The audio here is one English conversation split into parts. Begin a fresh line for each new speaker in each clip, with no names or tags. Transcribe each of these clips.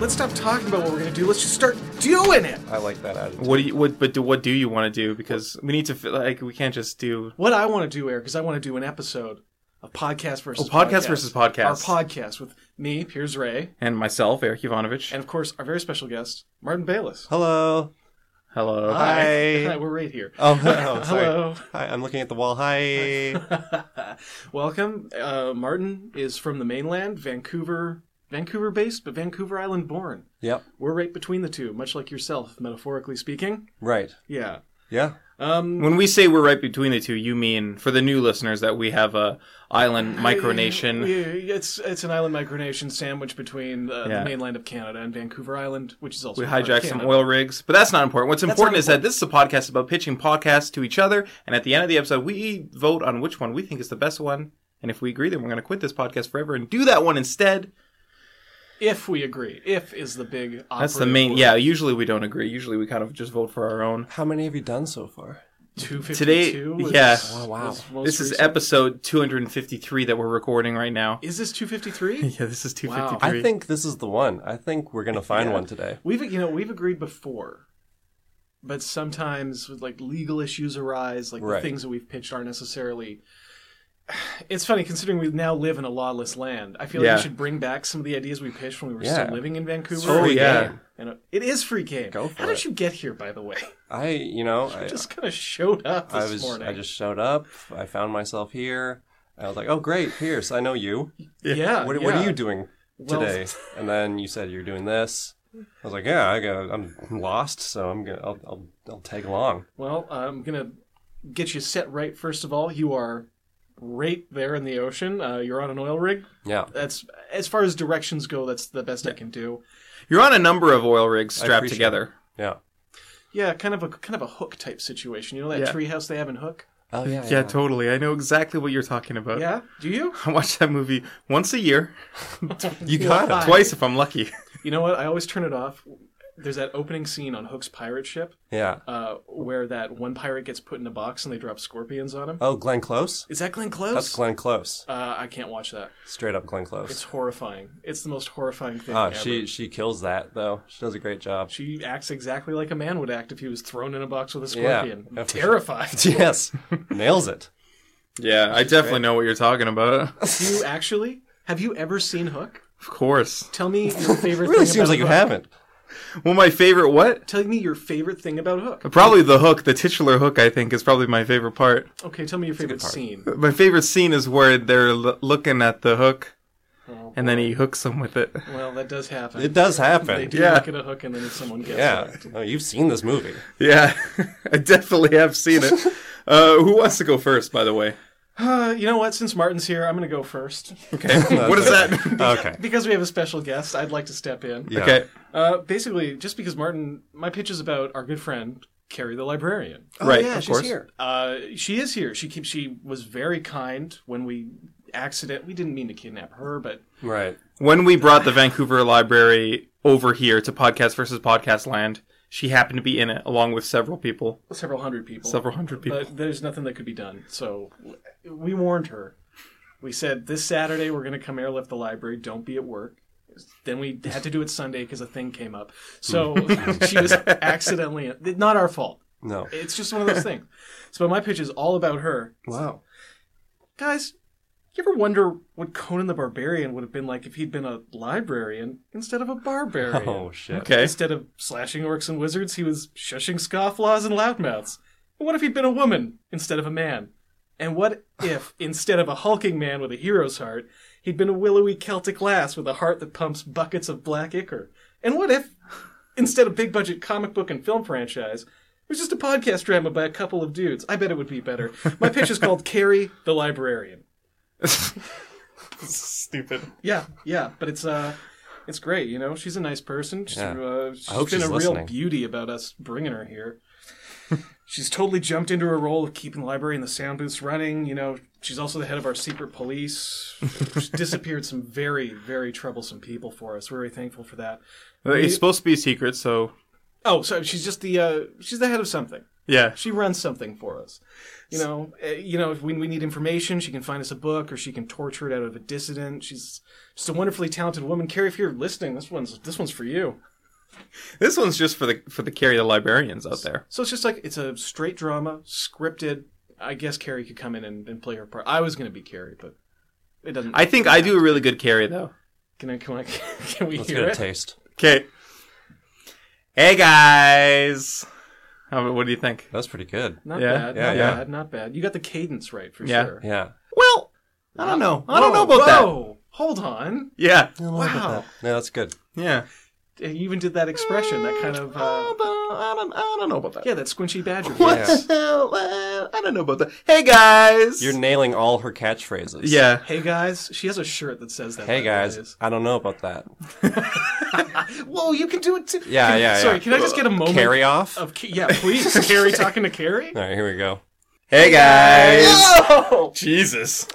Let's stop talking about what we're gonna do. Let's just start doing it.
I like that attitude.
What do you? What, but do, what do you want to do? Because we need to fi- like we can't just do
What I want to do, Eric, is I want to do an episode of podcast versus
Oh, podcast versus podcast.
Our podcast with me, Piers Ray,
and myself, Eric Ivanovich.
and of course our very special guest, Martin Bayless.
Hello.
Hello.
Hi.
Hi, we're right here.
Oh, hello. sorry.
Hello.
Hi, I'm looking at the wall. Hi.
Welcome. Uh, Martin is from the mainland, Vancouver, Vancouver based, but Vancouver Island born.
yep.
We're right between the two, much like yourself, metaphorically speaking.
Right.
Yeah.
Yeah.
Um,
When we say we're right between the two, you mean for the new listeners that we have a island micronation.
yeah, it's it's an island micronation sandwiched between uh,
Yeah.
the mainland of Canada and Vancouver Island, which is also
We
part of
hijack some
Canada.
oil rigs, but that's not important. What's important
not
is that this is a podcast about pitching podcasts to each other, and at the end of the episode, we vote on which one we think is the best one. And if we agree, then we're going to quit this podcast forever and do that one instead.
If we agree, if is the big.
That's the
operative
main.
word.
Yeah, usually we don't agree. Usually we kind of just vote for our own.
How many have you done so far?
Two
Today-
fifty two. Was,
yeah.
Oh, wow.
was most
This is
recent.
episode 253 that we're recording right now.
Is this two fifty three?
Yeah, this is
Wow.
253.
I think this is the one. I think we're gonna find
Yeah.
one today.
We've you know we've agreed before, but sometimes with like legal issues arise, like
Right.
the things that we've pitched aren't necessarily. It's funny considering we now live in a lawless land. I feel
Yeah.
like we should bring back some of the ideas we pitched when we were
Yeah.
still living in Vancouver.
Oh,
Free
yeah.
game.
And uh, it is free game.
Go for
How
it.
did you get here, by the way?
I, you know, I,
Just kind of showed up this
I was,
morning.
I just showed up. I found myself here. I was like, oh great, Pierce, I know you.
yeah.
What, what
yeah.
are you doing
Well-
today? and then you said you're doing this. I was like, yeah, I got, I'm lost, so I'm gonna, I'll, I'll, I'll tag along.
Well, I'm gonna get you set right. First of all, you are right there in the ocean. Uh, you're on an oil rig.
Yeah.
That's as far as directions go. That's the best I can do.
You're on a number of oil rigs strapped
appreciate
together.
Yeah.
Yeah, kind of a kind of a hook type situation. You know that
Yeah.
treehouse they have in Hook.
Oh yeah.
Yeah, totally. I know exactly what you're talking about.
Yeah, do you?
I watch that movie once a year,
you got
Why?
it.
twice if I'm lucky.
You know what? I always turn it off. There's that opening scene on Hook's pirate ship
Yeah.
uh, where that one pirate gets put in a box and they drop scorpions on him.
Oh, Glenn Close.
Is that Glenn Close?
That's Glenn Close.
Uh, I can't watch that.
Straight up Glenn
It's
Close.
horrifying. It's the most horrifying thing.
Oh,
ever.
she she kills that though. She does a great job.
She acts exactly like a man would act if he was thrown in a box with a
Yeah,
scorpion.
yeah, for sure.
Terrified.
yes, nails it.
Yeah, I definitely know what you're talking about. Of
Do you actually? Have you ever seen Hook?
course.
Tell me your favorite.
Really
thing
seems
about
like you
Hook.
haven't.
Well, my favorite what?
Tell me your favorite thing about Hook.
Probably the hook, the titular hook, I think, is probably my favorite part.
Okay, tell me your favorite scene.
My favorite scene is where they're l- looking at the hook,
Oh,
and then he hooks them with it.
Well, that does happen.
It does
They
happen.
do
Yeah.
look at a hook and then someone gets
Yeah.
it.
Oh, you've seen this movie.
Yeah, I definitely have seen it. Uh, who wants to go first, by the way?
Uh, you know what? Since Martin's here, I'm going to go first.
Okay, what is that?
Okay.
Because we have a special guest, I'd like to step in.
Yeah.
Okay,
Uh, basically, just because Martin, my pitch is about our good friend, Carrie the librarian.
right,
yeah,
of
she's
course.
here.
Uh, she is here. She keeps. She was very kind when we accident. We didn't mean to kidnap her, but
Right.
When we brought the Vancouver Library over here to Podcast versus Podcast Land, she happened to be in it along with several people,
several hundred people.
several hundred people.
But there's nothing that could be done. So we warned her. We said this Saturday we're going to come airlift the library. Don't be at work. Then we had to do it Sunday because a thing came up. So
Hmm.
she was accidentally not our fault.
No.
It's just one of those things. So my pitch is all about her.
Wow.
Guys, you ever wonder what Conan the Barbarian would have been like if he'd been a librarian instead of a barbarian?
Oh shit.
okay,
Instead of slashing orcs and wizards, he was shushing scofflaws and loudmouths. And what if he'd been a woman instead of a man? And what if, instead of a hulking man with a hero's heart, he'd been a willowy Celtic lass with a heart that pumps buckets of black ichor? And what if, instead of big budget comic book and film franchise, it was just a podcast drama by a couple of dudes? I bet it would be better. My pitch is called Carrie the Librarian.
stupid.
Yeah, yeah, but it's uh, it's great. You know, she's a nice person. She's,
Yeah.
uh, she's
hope
been a
she's
real
listening.
beauty about us bringing her here. she's totally jumped into her role of keeping the library and the sound booths running. You know, she's also the head of our secret police. She's disappeared some very, very troublesome people for us. We're very thankful for that.
It's supposed to be a secret, so
Oh, so she's just the uh, she's the head of something.
Yeah.
She runs something for us. You know, eh, you know, if when we need information, she can find us a book or she can torture it out of a dissident. She's just a wonderfully talented woman. Carrie, if you're listening, this one's this one's for you.
This one's just for the for the carry the librarians out there.
So it's just like it's a straight drama, scripted. I guess Carrie could come in and, and play her part. I was going to be Carrie, but it doesn't.
I think I do a really good carry though.
can I, can, I, can we
Let's
hear
get a
it?
taste.
Okay. Hey guys. How, what do you think?
That's pretty good.
Not
Yeah,
bad.
yeah,
not
yeah.
bad. Not bad. You got the cadence right for
Yeah.
sure.
Yeah.
Well, I don't know. I don't know
Whoa,
about that.
whoa, Hold on.
Yeah.
I don't know
Wow.
about that. No, that's good.
Yeah.
You even did that expression, that kind of uh,
I, don't, I don't- I don't know about that.
yeah, that squinchy badger.
What
voice.
the hell? Uh, I don't know about that. Hey guys.
You're nailing all her catchphrases.
yeah.
Hey guys, she has a shirt that says that. by
Hey
the
guys,
way.
I don't know about that.
Whoa, you can do it too.
Yeah,
Can-
yeah,
Sorry,
yeah.
can I just get a moment
Carry off. All
of Ca- yeah, please, Carrie talking to Carrie?
right, here we go.
Hey guys.
Oh!
Jesus.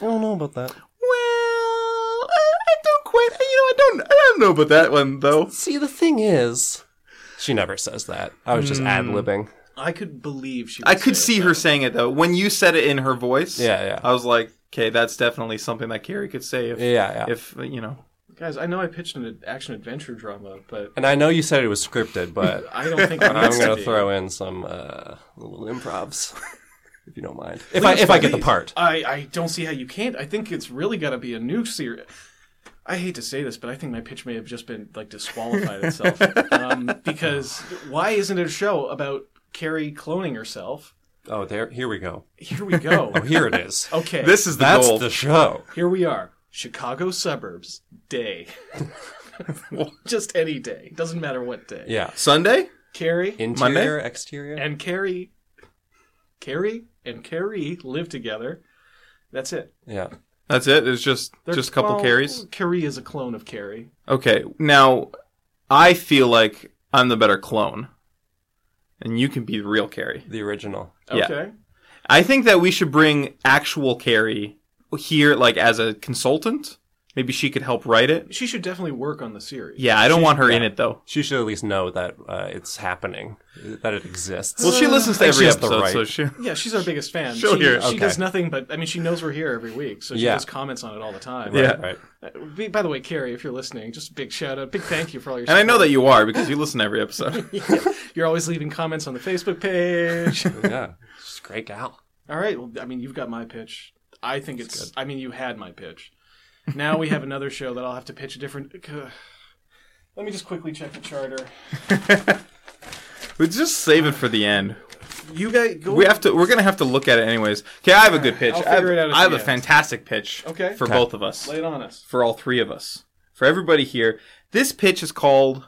I don't know about that.
Well, I, I don't quite. You know, I don't. I don't know about that one though.
See, the thing is, Hmm. she never says that. I was just ad libbing.
I could believe she. Would
I could
say
see
it.
her saying it though. When you said it in her voice,
Yeah, yeah.
I was like, okay, that's definitely something that Carrie could say if,
Yeah, yeah.
if you know.
Guys, I know I pitched an action adventure drama, but
and I know you said it was scripted, but
I don't think it
I'm
needs to
gonna
be.
throw in some uh, little improvs, if you don't mind. If I if I get the
Please.
part.
I, I don't see how you can't. I think it's really got to be a new series. I hate to say this, but I think my pitch may have just been like disqualified itself um, because why isn't it a show about Carrie cloning herself?
Oh, there. Here we go.
Here we go.
Here it is.
Okay,
This is the
That's
goal.
the show.
here we are. Chicago suburbs day. just any day. Doesn't matter what day.
Yeah.
Sunday.
Carrie
Interior, exterior.
and Carrie, Carrie and Carrie live together. That's it.
yeah.
That's it. It's just
They're-
just a couple
well,
carries.
Carrie is a clone of Carrie.
Okay, now I feel like I'm the better clone, and you can be the real Carrie.
The original.
Yeah.
Okay.
I think that we should bring actual Carrie here, like as a consultant. Maybe she could help write it.
She should definitely work on the series.
Yeah, I don't want her in it though.
She should at least know that uh, it's happening, that it exists.
Well,
Uh,
she listens to
I think she
every
has the
episode,
right.
so she.
Yeah, she's our biggest fan.
She'll
she
hear it.
she
Okay.
does nothing but I mean she knows we're here every week, so she
Yeah.
just comments on it all the time.
Yeah.
Right, right.
Uh, be- By the way, Carrie, if you're listening, just a big shout out, big thank you for all your
And I know that you are because you listen to every episode.
you're always leaving comments on the Facebook page.
Yeah. She's a great gal.
all right, well I mean you've got my pitch. I think it's, I mean you had my pitch. Now we have another show that I'll have to pitch a different Let me just quickly check the charter.
we just save it for the end.
You guys go
We have to. We're gonna have to look at it anyways. Okay, I have a good pitch.
I'll
I have,
figure it out at
I have
the
a
end.
fantastic pitch.
Okay.
for both of us,
lay it on us.
for all three of us, for everybody here. This pitch is called.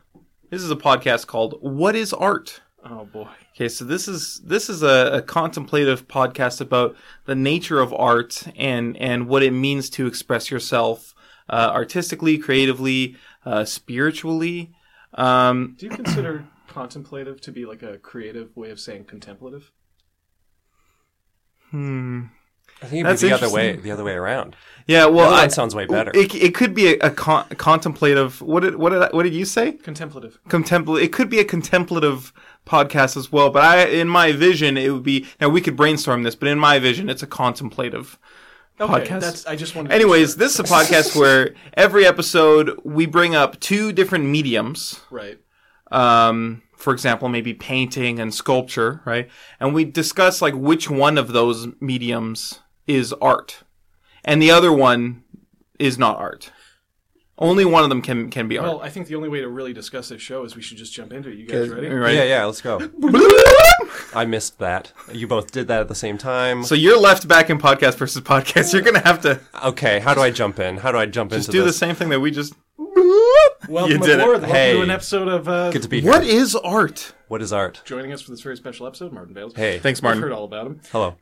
This is a podcast called "What Is Art."
Oh boy.
Okay, so this is this is a, a contemplative podcast about the nature of art and and what it means to express yourself uh, artistically, creatively, uh, spiritually. Um,
Do you consider contemplative to be like a creative way of saying contemplative?
I think it'd
That's
be the other way,
interesting.
the other way around.
yeah, well,
Well,
I,
that sounds way better.
it, it could be a, a con- contemplative. What did what did I, what did you say?
Contemplative.
Contemplative. It could be a contemplative podcast as well. But I, in my vision, it would be. Now we could brainstorm this, but in my vision, it's a contemplative
Okay,
podcast.
that's I just wanted. to be
Anyways,
sure.
this is a podcast where every episode we bring up two different mediums.
right?
Um, for example, maybe painting and sculpture, right? And we discuss like which one of those mediums is art, and the other one is not art. Only one of them can can be art.
Well, I think the only way to really discuss this show is we should just jump into it. You guys ready?
Right?
Yeah, yeah. Let's go. I missed that. You both did that at the same time.
So you're left back in podcast versus podcast. You're gonna have to
okay, how do I jump in? How do I jump into
do the
this?
same thing that we just.
Welcome
You did it.
aboard. Welcome
Hey.
to an episode of uh,
Good to be here.
What is art?
What is art?
joining us for this very special episode, Martin Bales.
Hey,
Thanks,
I've
Martin.
heard all about him.
Hello.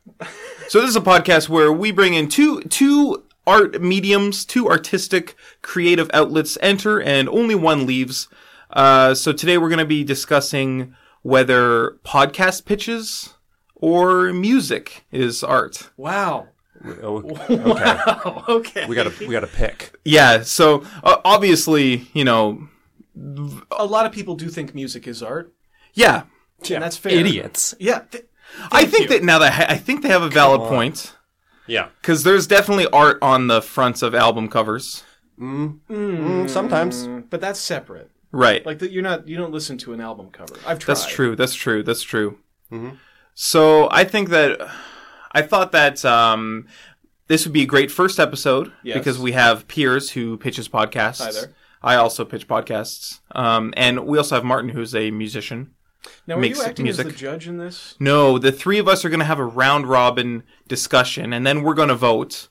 So this is a podcast where we bring in two two art mediums, two artistic creative outlets enter and only one leaves. Uh, so today we're going to be discussing whether podcast pitches or music is art.
Wow.
Oh, Okay,
Oh, okay.
we gotta we gotta pick.
Yeah. So uh, obviously, you know,
a lot of people do think music is art.
yeah.
and that's fair.
Idiots.
Yeah, th-
I think that now that ha- I think they have a valid point
Yeah.
because there's definitely art on the fronts of album covers.
Mm, sometimes.
but that's separate.
Right.
Like that, you're not you don't listen to an album cover. I've tried.
That's true. That's true. That's true.
Mm-hmm.
So I think that I thought that um, this would be a great first episode
Yes.
because we have Piers who pitches podcasts.
Hi there.
I also pitch podcasts, um, and we also have Martin who's a musician.
Now, are
Makes
you acting as
music.
the judge in this?
No, the three of us are going to have a round robin discussion, and then we're going to vote.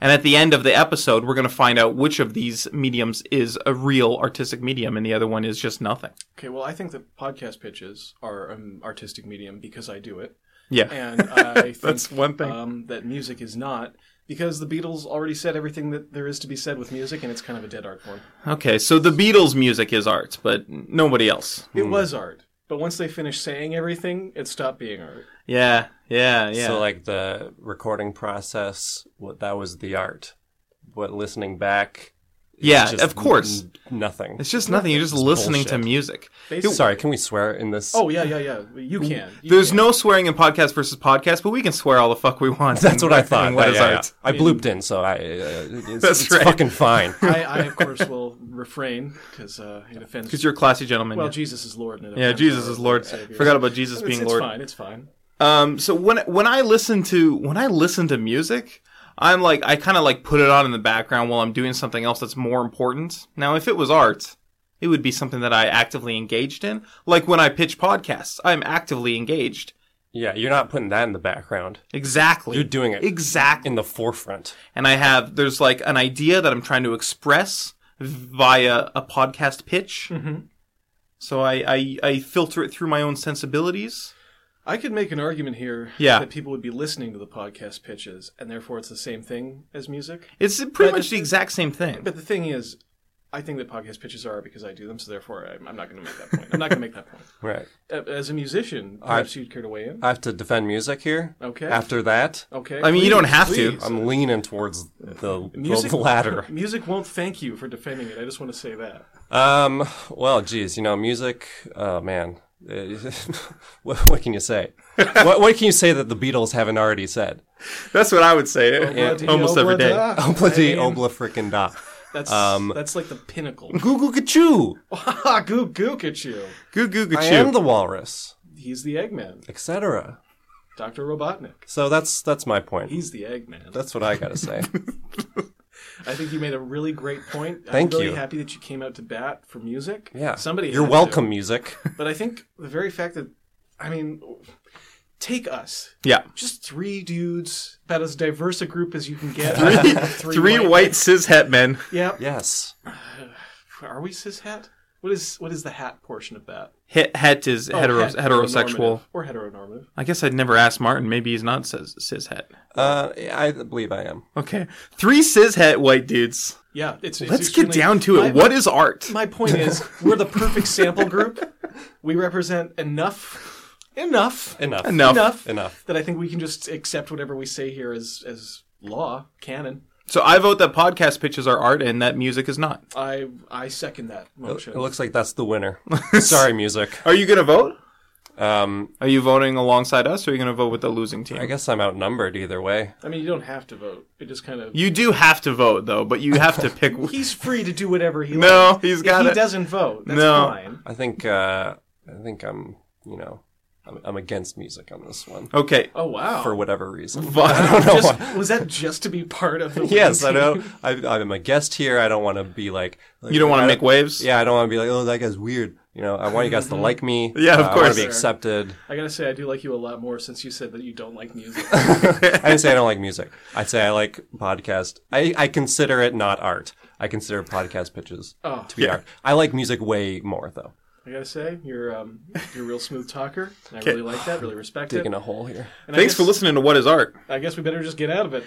And at the end of the episode, we're going to find out which of these mediums is a real artistic medium, and the other one is just nothing.
Okay, well, I think that podcast pitches are an artistic medium because I do it,
Yeah,
and I think
That's one thing.
um, that music is not because the Beatles already said everything that there is to be said with music, and it's kind of a dead art form.
Okay, so the Beatles' music is art, but nobody else.
It was art, but once they finished saying everything, it stopped being art.
Yeah, yeah, yeah.
So like the recording process, what that was the art. What listening back. is
yeah,
just
of course.
n- nothing.
It's just nothing. You're just listening to
bullshit.
music.
Basically,
Sorry, can we swear in this?
Oh yeah, yeah, yeah. You can. You
There's
can.
no swearing in podcast versus podcast, but we can swear all the fuck we want.
that's what I thought.
What is
Yeah, yeah,
art?
yeah. I blooped in, so I. Uh, it's,
That's
it's
right.
fucking fine.
I, I of course will refrain because uh, it offends.
Because you're a classy gentleman.
well,
yeah.
Jesus is Lord. And it
yeah,
offends
Jesus
our
is Lord.
Savior.
Forgot about Jesus
It's-
being
it's
Lord.
fine. It's fine.
Um, so when when I listen to when I listen to music, I'm like I kind of like put it on in the background while I'm doing something else that's more important. Now, if it was art, it would be something that I actively engaged in. Like when I pitch podcasts, I'm actively engaged.
Yeah, you're not putting that in the background.
Exactly.
You're doing it
exactly.
in the forefront.
And I have there's like an idea that I'm trying to express via a podcast pitch. So I, I I filter it through my own sensibilities.
I could make an argument here
Yeah.
that people would be listening to the podcast pitches, and therefore it's the same thing as music.
It's pretty
But
much the
it's-
exact same thing.
But the thing is, I think that podcast pitches are because I do them, so therefore I'm, I'm not going to make that point. I'm not going to make that point.
Right.
A- As a musician, perhaps you'd care to weigh in.
I have to defend music here.
Okay. Oh,
After that,
Okay.
I mean, you don't have to.
please.
I'm leaning towards the,
Music-
the latter.
Music won't thank you for defending it. I just want to say that.
Um. Well, geez, you know, music. Oh man, Uh, what, what can you say? what, what can you say that the Beatles haven't already said?
That's what I would say.
Bloody
Almost every
obla
day.
da.
Obladi obla frickin' da.
That's
Um,
that's like the pinnacle.
Goo goo gachoo.
Oh, Ha! Gook gook at you.
Goo goo goo
I
choo.
am the walrus,
He's the Eggman,
etc.
Doctor Robotnik.
So that's that's my point.
He's the Eggman.
That's what I gotta say.
I think you made a really great point.
Thank
I'm really
you.
happy that you came out to bat for music.
Yeah.
somebody.
You're
had to.
welcome, music.
But I think the very fact that, I mean, take us,
Yeah.
just three dudes, about as diverse a group as you can get. three,
Three white cis het men.
Yeah.
Yes.
Are we cis hat? What is what is the hat portion of that?
Het, het is
Oh,
hetero-
het-
heterosexual.
normative. or heteronormative.
I guess I'd never asked Martin. Maybe he's not cis, cis het.
Uh, I believe I am.
Okay. Three cis het white dudes.
Yeah, it's. it's
Let's get
extremely-
down to
My-
it. What is art?
My point is, we're the perfect sample group. We represent enough, enough,
Enough.
Enough.
enough,
Enough.
that I think we can just accept whatever we say here as as law, canon.
So I vote that podcast pitches are art and that music is not.
I I second that motion.
It looks like that's the winner. Sorry, music.
Are you going to vote?
Um,
Are you voting alongside us or are you going to vote with the losing team?
I guess I'm outnumbered either way.
I mean, you don't have to vote. It just kind of
You do have to vote, though, but you have to pick.
he's free to do whatever he
No,
likes.
he's
If
got
he
it.
doesn't vote. That's
No.
fine.
I think uh, I think I'm you know I'm, I'm against music on this one
okay.
Oh wow.
for whatever reason.
Fine.
I don't know. why.
Just- was that just to be part of the?
Yes, I
winning team?
know. I, I'm a guest here. I don't want to be like,
You don't want
I
to make waves?
Yeah, I don't want to be like, oh, that guy's weird. You know, I want you guys to like me.
Yeah, of
Uh, I want
course.
to be accepted.
I gotta say, I do like you a lot more since you said that you don't like music.
I didn't say I don't like music. I say I like podcast. I, I consider it not art. I consider podcast pitches
Oh.
to be art. I like music way more though.
I gotta say, you're um, you're a real smooth talker. And I really like that. Really respect it.
Digging a hole here.
And I
Thanks for
guess-
listening to What is Art.
I guess we better just get out of it.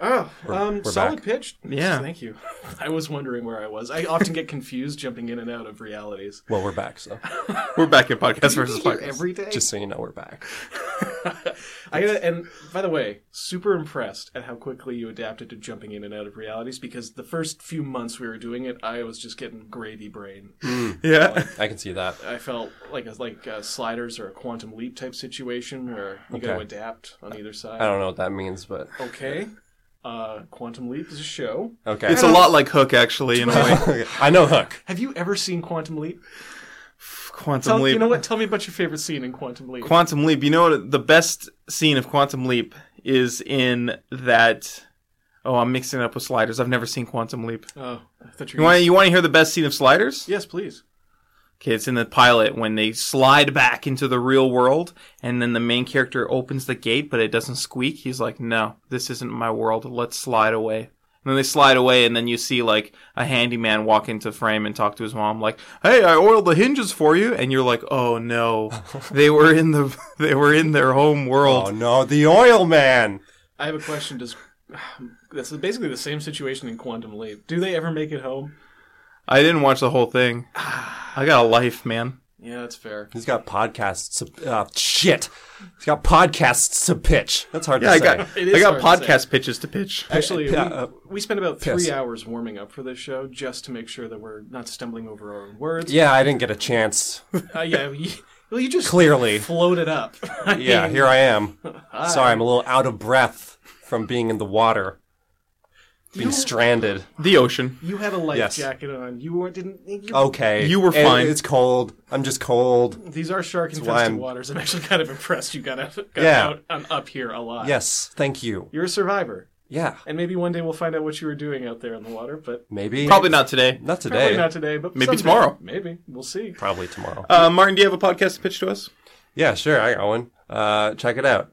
Oh, um,
we're
solid
back.
pitch.
Yeah.
Thank you. I was wondering where I was. I often get confused jumping in and out of realities.
Well, we're back, so
We're back in podcast versus
Here
podcast.
every day.
just so you know, we're back.
I gotta, and by the way, super impressed at how quickly you adapted to jumping in and out of realities because the first few months we were doing it, I was just getting gravy brain.
yeah.
I can see that.
I felt like it's like uh, sliders or a quantum leap type situation, or you got to
Okay.
adapt on either
I
side.
don't know what that means, but
Okay, uh, quantum leap is a show.
okay.
It's a lot like Hook, actually, in a way.
I know Hook.
Have you ever seen Quantum Leap?
Quantum
Tell,
Leap.
you know what? Tell me about your favorite scene in Quantum Leap.
Quantum Leap. You know what? The best scene of Quantum Leap is in that. Oh, I'm mixing it up with Sliders. I've never seen Quantum Leap.
oh, I thought you
You
were.
want
Gonna...
you want to hear the best scene of Sliders?
Yes, please.
Okay, it's in the pilot when they slide back into the real world, and then the main character opens the gate, but it doesn't squeak. He's like, "No, this isn't my world. Let's slide away." And then they slide away, and then you see like a handyman walk into frame and talk to his mom, like, "Hey, I oiled the hinges for you," and you're like, "Oh no, they were in the they were in their home world."
Oh no, the Oil Man.
I have a question. Does that's basically the same situation in Quantum Leap? Do they ever make it home?
I didn't watch the whole thing. I got a life, man.
Yeah, that's fair.
He's got podcasts. To, uh, shit, he's got podcasts to pitch. That's hard
Yeah,
to
I
say.
got
It is
I got
hard to
podcast pitches to pitch.
Actually,
Yeah,
we,
uh,
we spent about three
yes.
hours warming up for this show just to make sure that we're not stumbling over our own words.
Yeah, I didn't get a chance.
Uh, yeah, you, well, you just
Clearly.
floated up. I
Yeah,
mean,
here I am. Sorry, I'm a little out of breath from being in the water, being stranded.
The ocean.
you had a life
Yes. Oh.
jacket on. You weren't didn't. You,
Okay,
You were
It-
fine.
It's cold. I'm just cold.
These are shark
why
infested
I'm-
waters. I'm actually kind of impressed you got out, got
Yeah.
out on up here alive.
Yes, thank you.
You're a survivor.
Yeah,
And maybe one day we'll find out what you were doing out there in the water, but
maybe
Probably not today.
not
probably
today.
not today, but
Maybe
someday.
tomorrow.
Maybe. We'll see.
Probably tomorrow.
Uh, Martin, do you have a podcast to pitch to us?
Yeah, sure. I got one. Uh, check it out.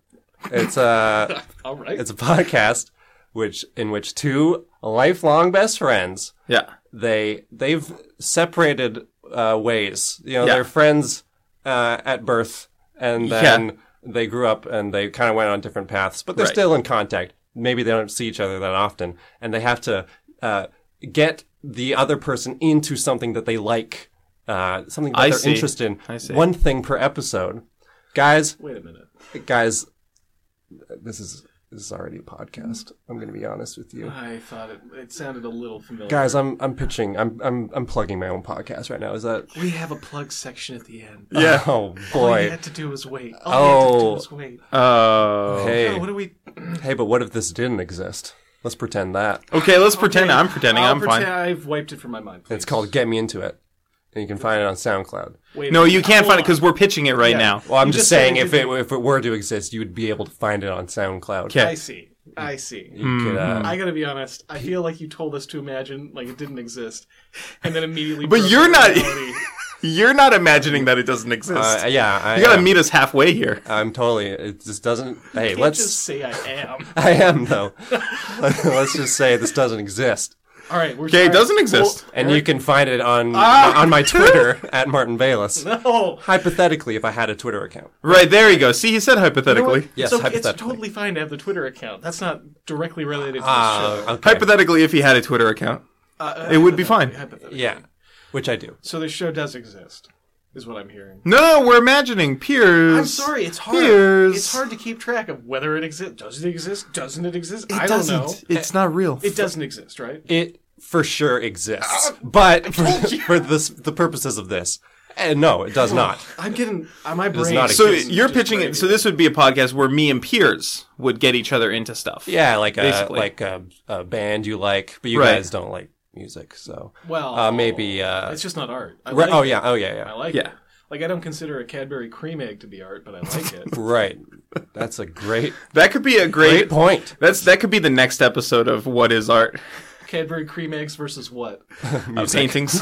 It's uh,
All right.
it's a podcast which in which two lifelong best friends
Yeah.
they they've separated uh, ways. You know,
Yeah.
they're friends uh, at birth, and then they grew up and they kind of went on different paths, but they're
Right.
still in contact. Maybe they don't see each other that often, and they have to uh, get the other person into something that they like, uh, something that
I
they're
see.
interested in.
I see.
One thing per episode, guys.
Wait a minute.
Guys, this is this is already a podcast. I'm going to be honest with you.
I thought it, it sounded a little familiar.
Guys, I'm I'm pitching. I'm I'm I'm plugging my own podcast right now. Is that
we have a plug section at the end.
Yeah.
Oh
All you
boy.
had to do was wait. All you had to do
Oh.
was wait.
Oh.
Oh, what
Hey,
do we?
hey, but what if this didn't exist? Let's pretend that.
Okay, let's pretend I'm pretending.
I'll
I'm
pretend
fine.
I've wiped it from my mind.
It's called Get Me Into It, and you can find it on SoundCloud.
Wait,
No, you can't
hold
find it
on.
because we're pitching it right now.
Well, I'm
You
just
just
saying,
said
if it if it were to exist, you would be able to find it on SoundCloud.
Okay.
I see. I see.
You could, uh,
I gotta be honest. I feel like you told us to imagine like it didn't exist, and then immediately.
But
broke
you're
the
not-
reality.
You're not imagining that it doesn't exist.
uh, yeah, I,
you gotta
am.
meet us halfway here.
I'm totally. It just doesn't. Hey,
Let's
let's.
just say I am.
I am though. let's just say this doesn't exist,
All right. We're
Okay, it
sorry.
doesn't exist.
and you can find it on
Ah!
on my Twitter at Martin Bayless.
Well, no.
Hypothetically, if I had a Twitter account.
Right, there you go. See, he said hypothetically.
Yes,
so it's
hypothetically.
totally fine to have the Twitter account. That's not directly related to the
Ah,
show.
okay.
Hypothetically, if he had a Twitter account,
Uh,
it would be fine.
Hypothetically.
yeah, which I do.
So the show does exist, is what I'm hearing.
No, we're imagining peers.
I'm sorry, it's hard.
Peers.
It's hard to keep track of whether it exists. Does it exist? Doesn't it exist? I don't
doesn't.
know.
It's not real.
It doesn't exist, right?
It for sure exists, but for, for this, the purposes of this, eh, no, it does not.
I'm getting uh, my brain.
not
so
exist.
you're pitching it. So this would be a podcast where me and peers would get each other into stuff.
Yeah, like a,
Basically.
like a, a band you like, but you
Right.
guys don't like music, so
Well,
uh, maybe. Uh,
it's just not art. I
re-
like
oh
it.
yeah, oh yeah, yeah.
I like
Yeah.
it. Like I don't consider a Cadbury cream egg to be art, but I like it.
Right, that's a great
That could be a
great
great.
point.
That's that could be the next episode of What Is Art.
Cadbury cream eggs versus what?
of paintings.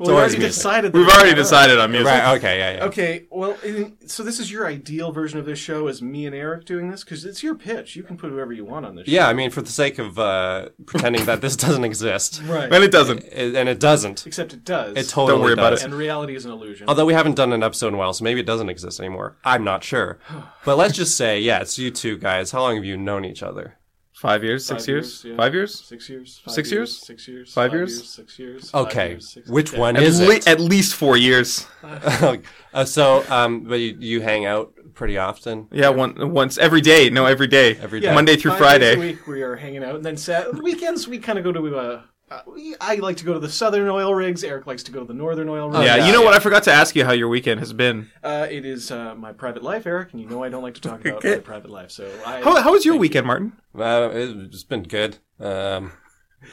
Well, we
always
already
music.
decided. that
We've
we
already
are.
decided on music.
Right. Okay. Yeah. Yeah.
Okay, well, in- so this is your ideal version of this show is me and Eric doing this because it's your pitch. You can put whoever you want on this.
Yeah. I mean, for the sake of uh, pretending that this doesn't exist,
show. right.
And it doesn't.
and and it doesn't.
Except it does.
It totally
worry about
does.
and reality is an illusion.
Although we haven't done an episode in a while, so maybe it doesn't exist anymore. I'm not sure. But let's just say, yeah, it's you two guys. How long have you known each other?
Five years, six
Five
years,
years, yeah.
five years.
six years. Five
Six years?
Six years.
Five years?
Six years. five
Okay.
years, six-
Which
yeah.
one
At,
is
le-
it?
at least four years.
uh, so, um, but you, you hang out pretty often.
Yeah, one, once every day. No, every day. Every
day. Yeah.
Monday through
Five
Friday.
days a week we are hanging out, and then sat- weekends we kind of go to. Uh, uh, we, I like to go to the southern oil rigs. Eric likes to go to the northern oil rigs.
Oh, yeah,
Yeah,
you know what? I forgot to ask you how your weekend has been.
Uh, it is uh, my private life, Eric, and you know I don't like to talk about my private life. So I,
How, how was your weekend, Martin?
Uh, it's been good. Um,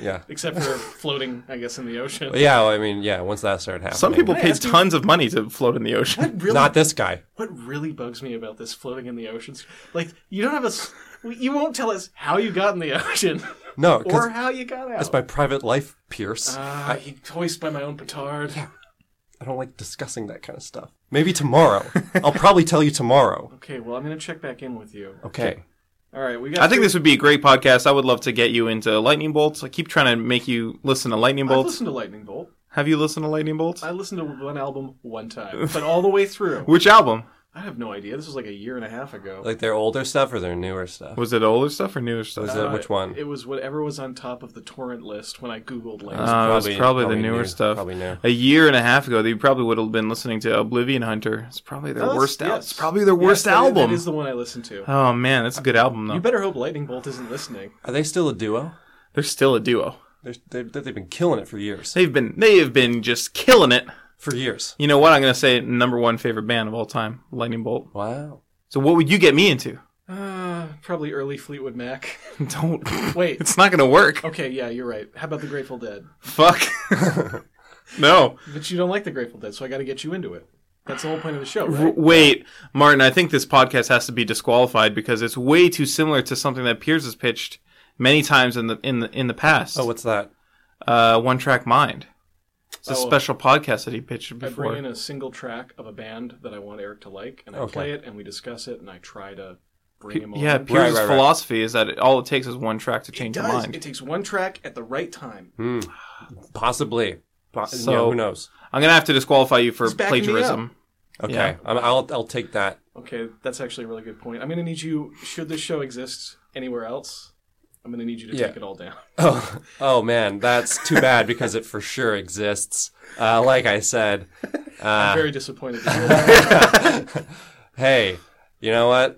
yeah.
except for floating, I guess, in the ocean.
But yeah, well, I mean, yeah, once that started happening.
Some people
I
paid
ask you-
tons of money to float in the ocean.
What really,
Not this guy.
what really bugs me about this floating in the oceans, like you don't have a, s- you won't tell us how you got in the ocean
No, because
or how you got out.
it's my private life, Pierce.
Ah, he hoist by my own petard.
I don't like discussing that kind of stuff. Maybe tomorrow. I'll probably tell you tomorrow.
Okay, well I'm gonna check back in with you.
Okay.
All right, we got.
Oh. I think this would be a great podcast. I would love to get you into Lightning Bolts. I keep trying to make you listen to Lightning
I've
Bolts.
listened to Lightning Bolt.
Have you listened to Lightning Bolts?
I listened to one album one time, but all the way through.
Which album?
I have no idea. This was like a year and a half ago.
Like their older stuff or their newer stuff?
Was it older stuff or newer stuff?
Was
Uh,
it which one?
It was whatever was on top of the torrent list when I googled Lightning.
Uh, it was
Probably-
probably,
probably
the newer
new,
stuff.
probably new.
A year and a half ago, they probably would have been listening to Oblivion Hunter. It's probably their
That's-
worst album.
yes.
It's probably their worst
Yes, that is-
album.
That is the one I listened to.
Oh man, that's a good album
You
though.
better hope Lightning Bolt isn't listening.
Are they still a duo?
They're still a duo.
They're, they've, they've been killing it for years.
They've been they have been just killing it.
For years.
You know what? I'm gonna say number one favorite band of all time, Lightning Bolt.
Wow.
So what would you get me into?
Uh, probably early Fleetwood Mac.
Don't.
Wait.
It's not gonna work.
Okay, yeah, you're right. How about the Grateful Dead?
Fuck. no.
But you don't like the Grateful Dead, so I got to get you into it. That's the whole point of the show,
R-
right?
Wait, Martin. I think this podcast has to be disqualified because it's way too similar to something that Piers has pitched many times in the in the in the past.
Oh, what's that?
uh, One Track Mind. It's a
Oh.
special podcast that he pitched
I bring
before.
in a single track of a band that I want Eric to like, and I
Okay.
play it, and we discuss it, and I try to bring him on.
Yeah,
it
Pierce's
right, right.
philosophy is that it, all it takes is one track to change your
does.
mind. Hmm.
It takes one track at the right time.
Possibly. Po- you
So-
know, who knows?
I'm gonna have to disqualify you for
He's backing me
plagiarism.
Okay.
Yeah.
I'm, I'll, I'll take that.
Okay, that's actually a really good point. I'm going to need you. Should this show exist anywhere else, I'm going to need you to
Yeah.
take it all down.
Oh, oh man, that's too bad because it for sure exists. Uh, like I said,
Ah.
I'm very disappointed. to hear that.
hey, you know what?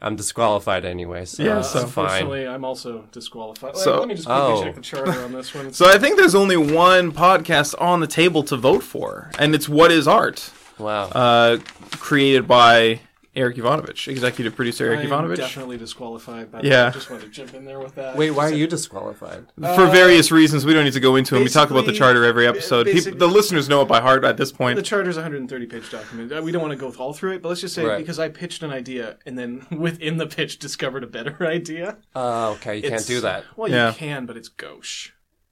I'm disqualified anyway, so
Yeah,
it's
so-
fine.
Unfortunately, I'm also disqualified.
So-
Let me just quickly
Oh.
check the charter on this one.
So I think there's only one podcast on the table to vote for, and it's What Is Art,
Wow.
uh, created by Eric Ivanovich, executive producer Eric
I'm
Ivanovich,
definitely disqualified. By
Yeah.
yeah, I just wanted to jump in there with that.
Wait, why are you disqualified?
for various reasons. We don't need to go into them. We talk about the
Uh, basically- uh,
charter every episode. People,
basically-
the listeners know it by heart at this point.
The charter's a 130 page document. Uh, We don't want to go all through it, but let's just say
Right.
because I pitched an idea and then within the pitch discovered a better idea.
Uh, okay, you can't
It's-
do that.
Well,
Yeah.
you can, but it's gauche.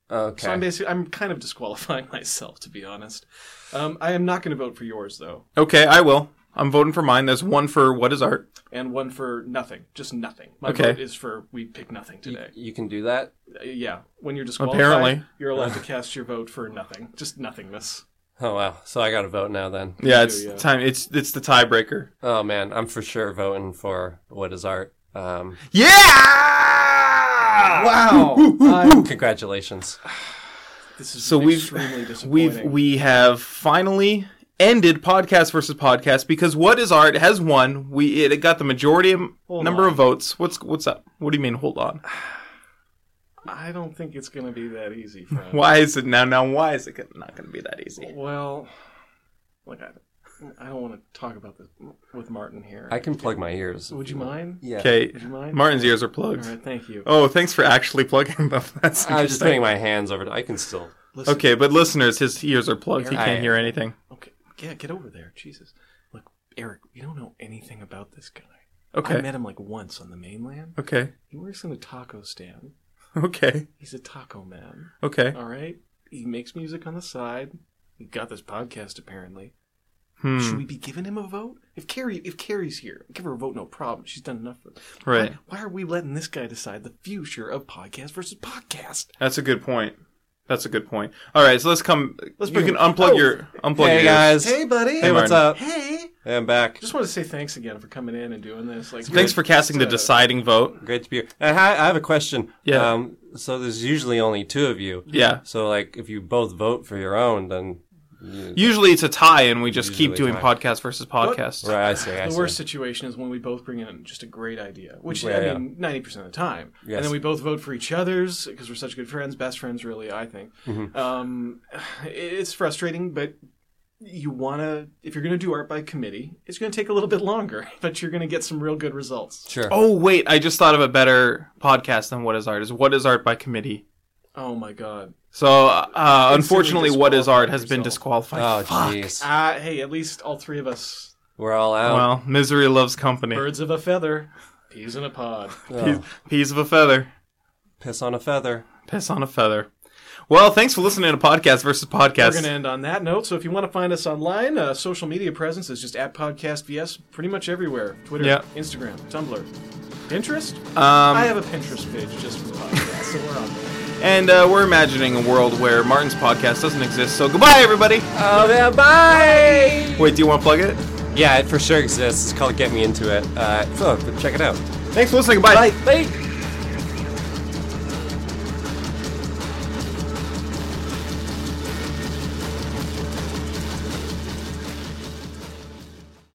Okay.
So I'm basically I'm kind of disqualifying myself to be honest. Um, I am not going to vote for yours though,
Okay, I will. I'm voting for mine. There's one for What Is Art.
and one for nothing, just nothing. My
Okay.
vote is for we pick nothing today.
you can do that?
Uh, yeah, when you're disqualified,
Apparently.
you're allowed to cast your vote for nothing, just nothingness.
Oh, wow. So I got to vote now then.
Yeah, it's
yeah.
time. It's it's the tiebreaker.
Oh, man, I'm for sure voting for What is Art. Um,
Yeah!
Wow,
congratulations.
this is
So we've-
extremely disappointing.
We've we have finally ended podcast versus podcast because what is art has won. We it got the majority of number of votes. What's what's up? What do you mean? Hold on.
I don't think it's going to be that easy, friend.
Why is it now? Now why is it go- not going to be that easy?
Well, like I, I don't want to talk about this with Martin here.
I can plug my ears.
Would you mind?
Yeah.
Okay,
Would you mind?
Martin's ears are plugged.
All right, thank you.
Oh, thanks for actually plugging them. That's
I was just
interesting.
putting my hands over. I can still.
Listen,
Okay, but listeners, his ears are plugged. He
I-
can't hear anything.
Okay, yeah, get over there, Jesus. Look, Eric, you don't know anything about this guy. I
Okay,
met him like once on the mainland.
okay.
He works in a taco stand.
Okay.
He's a taco man.
Okay.
All right. He makes music on the side. He got this podcast apparently. Should
Hmm.
we be giving him a vote? If Carrie, if Carrie's here, give her a vote. No problem. She's done enough for them.
Right.
Why, why are we letting this guy decide the future of podcast versus podcast?
That's a good point. That's a good point. All right, so let's come.
Let's
you
bring
can
it-
unplug
oh.
your unplug
Hey
your
guys. Hey,
Hey, buddy.
what's
Martin.
up?
Hey.
Hey, I'm back.
Just want to say thanks again for coming in and doing this. Like,
Thanks for casting the
Uh,
deciding vote.
Great to be here. And I, I have a question.
Yeah.
Um, so there's usually only two of you.
Yeah.
So like, if you both vote for your own, then
Usually it's a tie, and we just keep
Usually
doing
tie.
podcast versus podcast.
right, I see. I
The
see.
worst situation is when we both bring in just a great idea, which
Yeah, yeah.
I mean, ninety percent of the time,
Yes.
and then we both vote for each other's because we're such good friends, best friends, really. I think
Mm-hmm.
um, it's frustrating, but you want to if you're going to do art by committee, it's going to take a little bit longer, but you're going to get some real good results.
Sure.
Oh wait, I just thought of a better podcast than what is art. Is what is art by committee?
Oh my god!
So uh, unfortunately, what is art has been disqualified.
Oh, jeez.
Uh, hey, at least all three of us,
We're all out.
Well, misery loves company.
birds of a feather, peas in a pod.
Oh,
Peas of a feather,
piss on a feather.
piss on a feather. Well, thanks for listening to podcast versus
We're
podcast.
going to end on that note. So if you want to find us online, uh, social media presence is just at Podcast VS pretty much everywhere Twitter,
Yeah.
Instagram, Tumblr, Pinterest.
Um,
I have a Pinterest page just for podcasts, so we're on there.
And uh, we're imagining a world where Martin's podcast doesn't exist. So goodbye, everybody.
Oh, yeah, bye.
Wait, do you want to plug it?
Yeah, it for sure exists. It's called Get Me Into It. Uh, so check it out.
Thanks for listening. Bye.
Bye.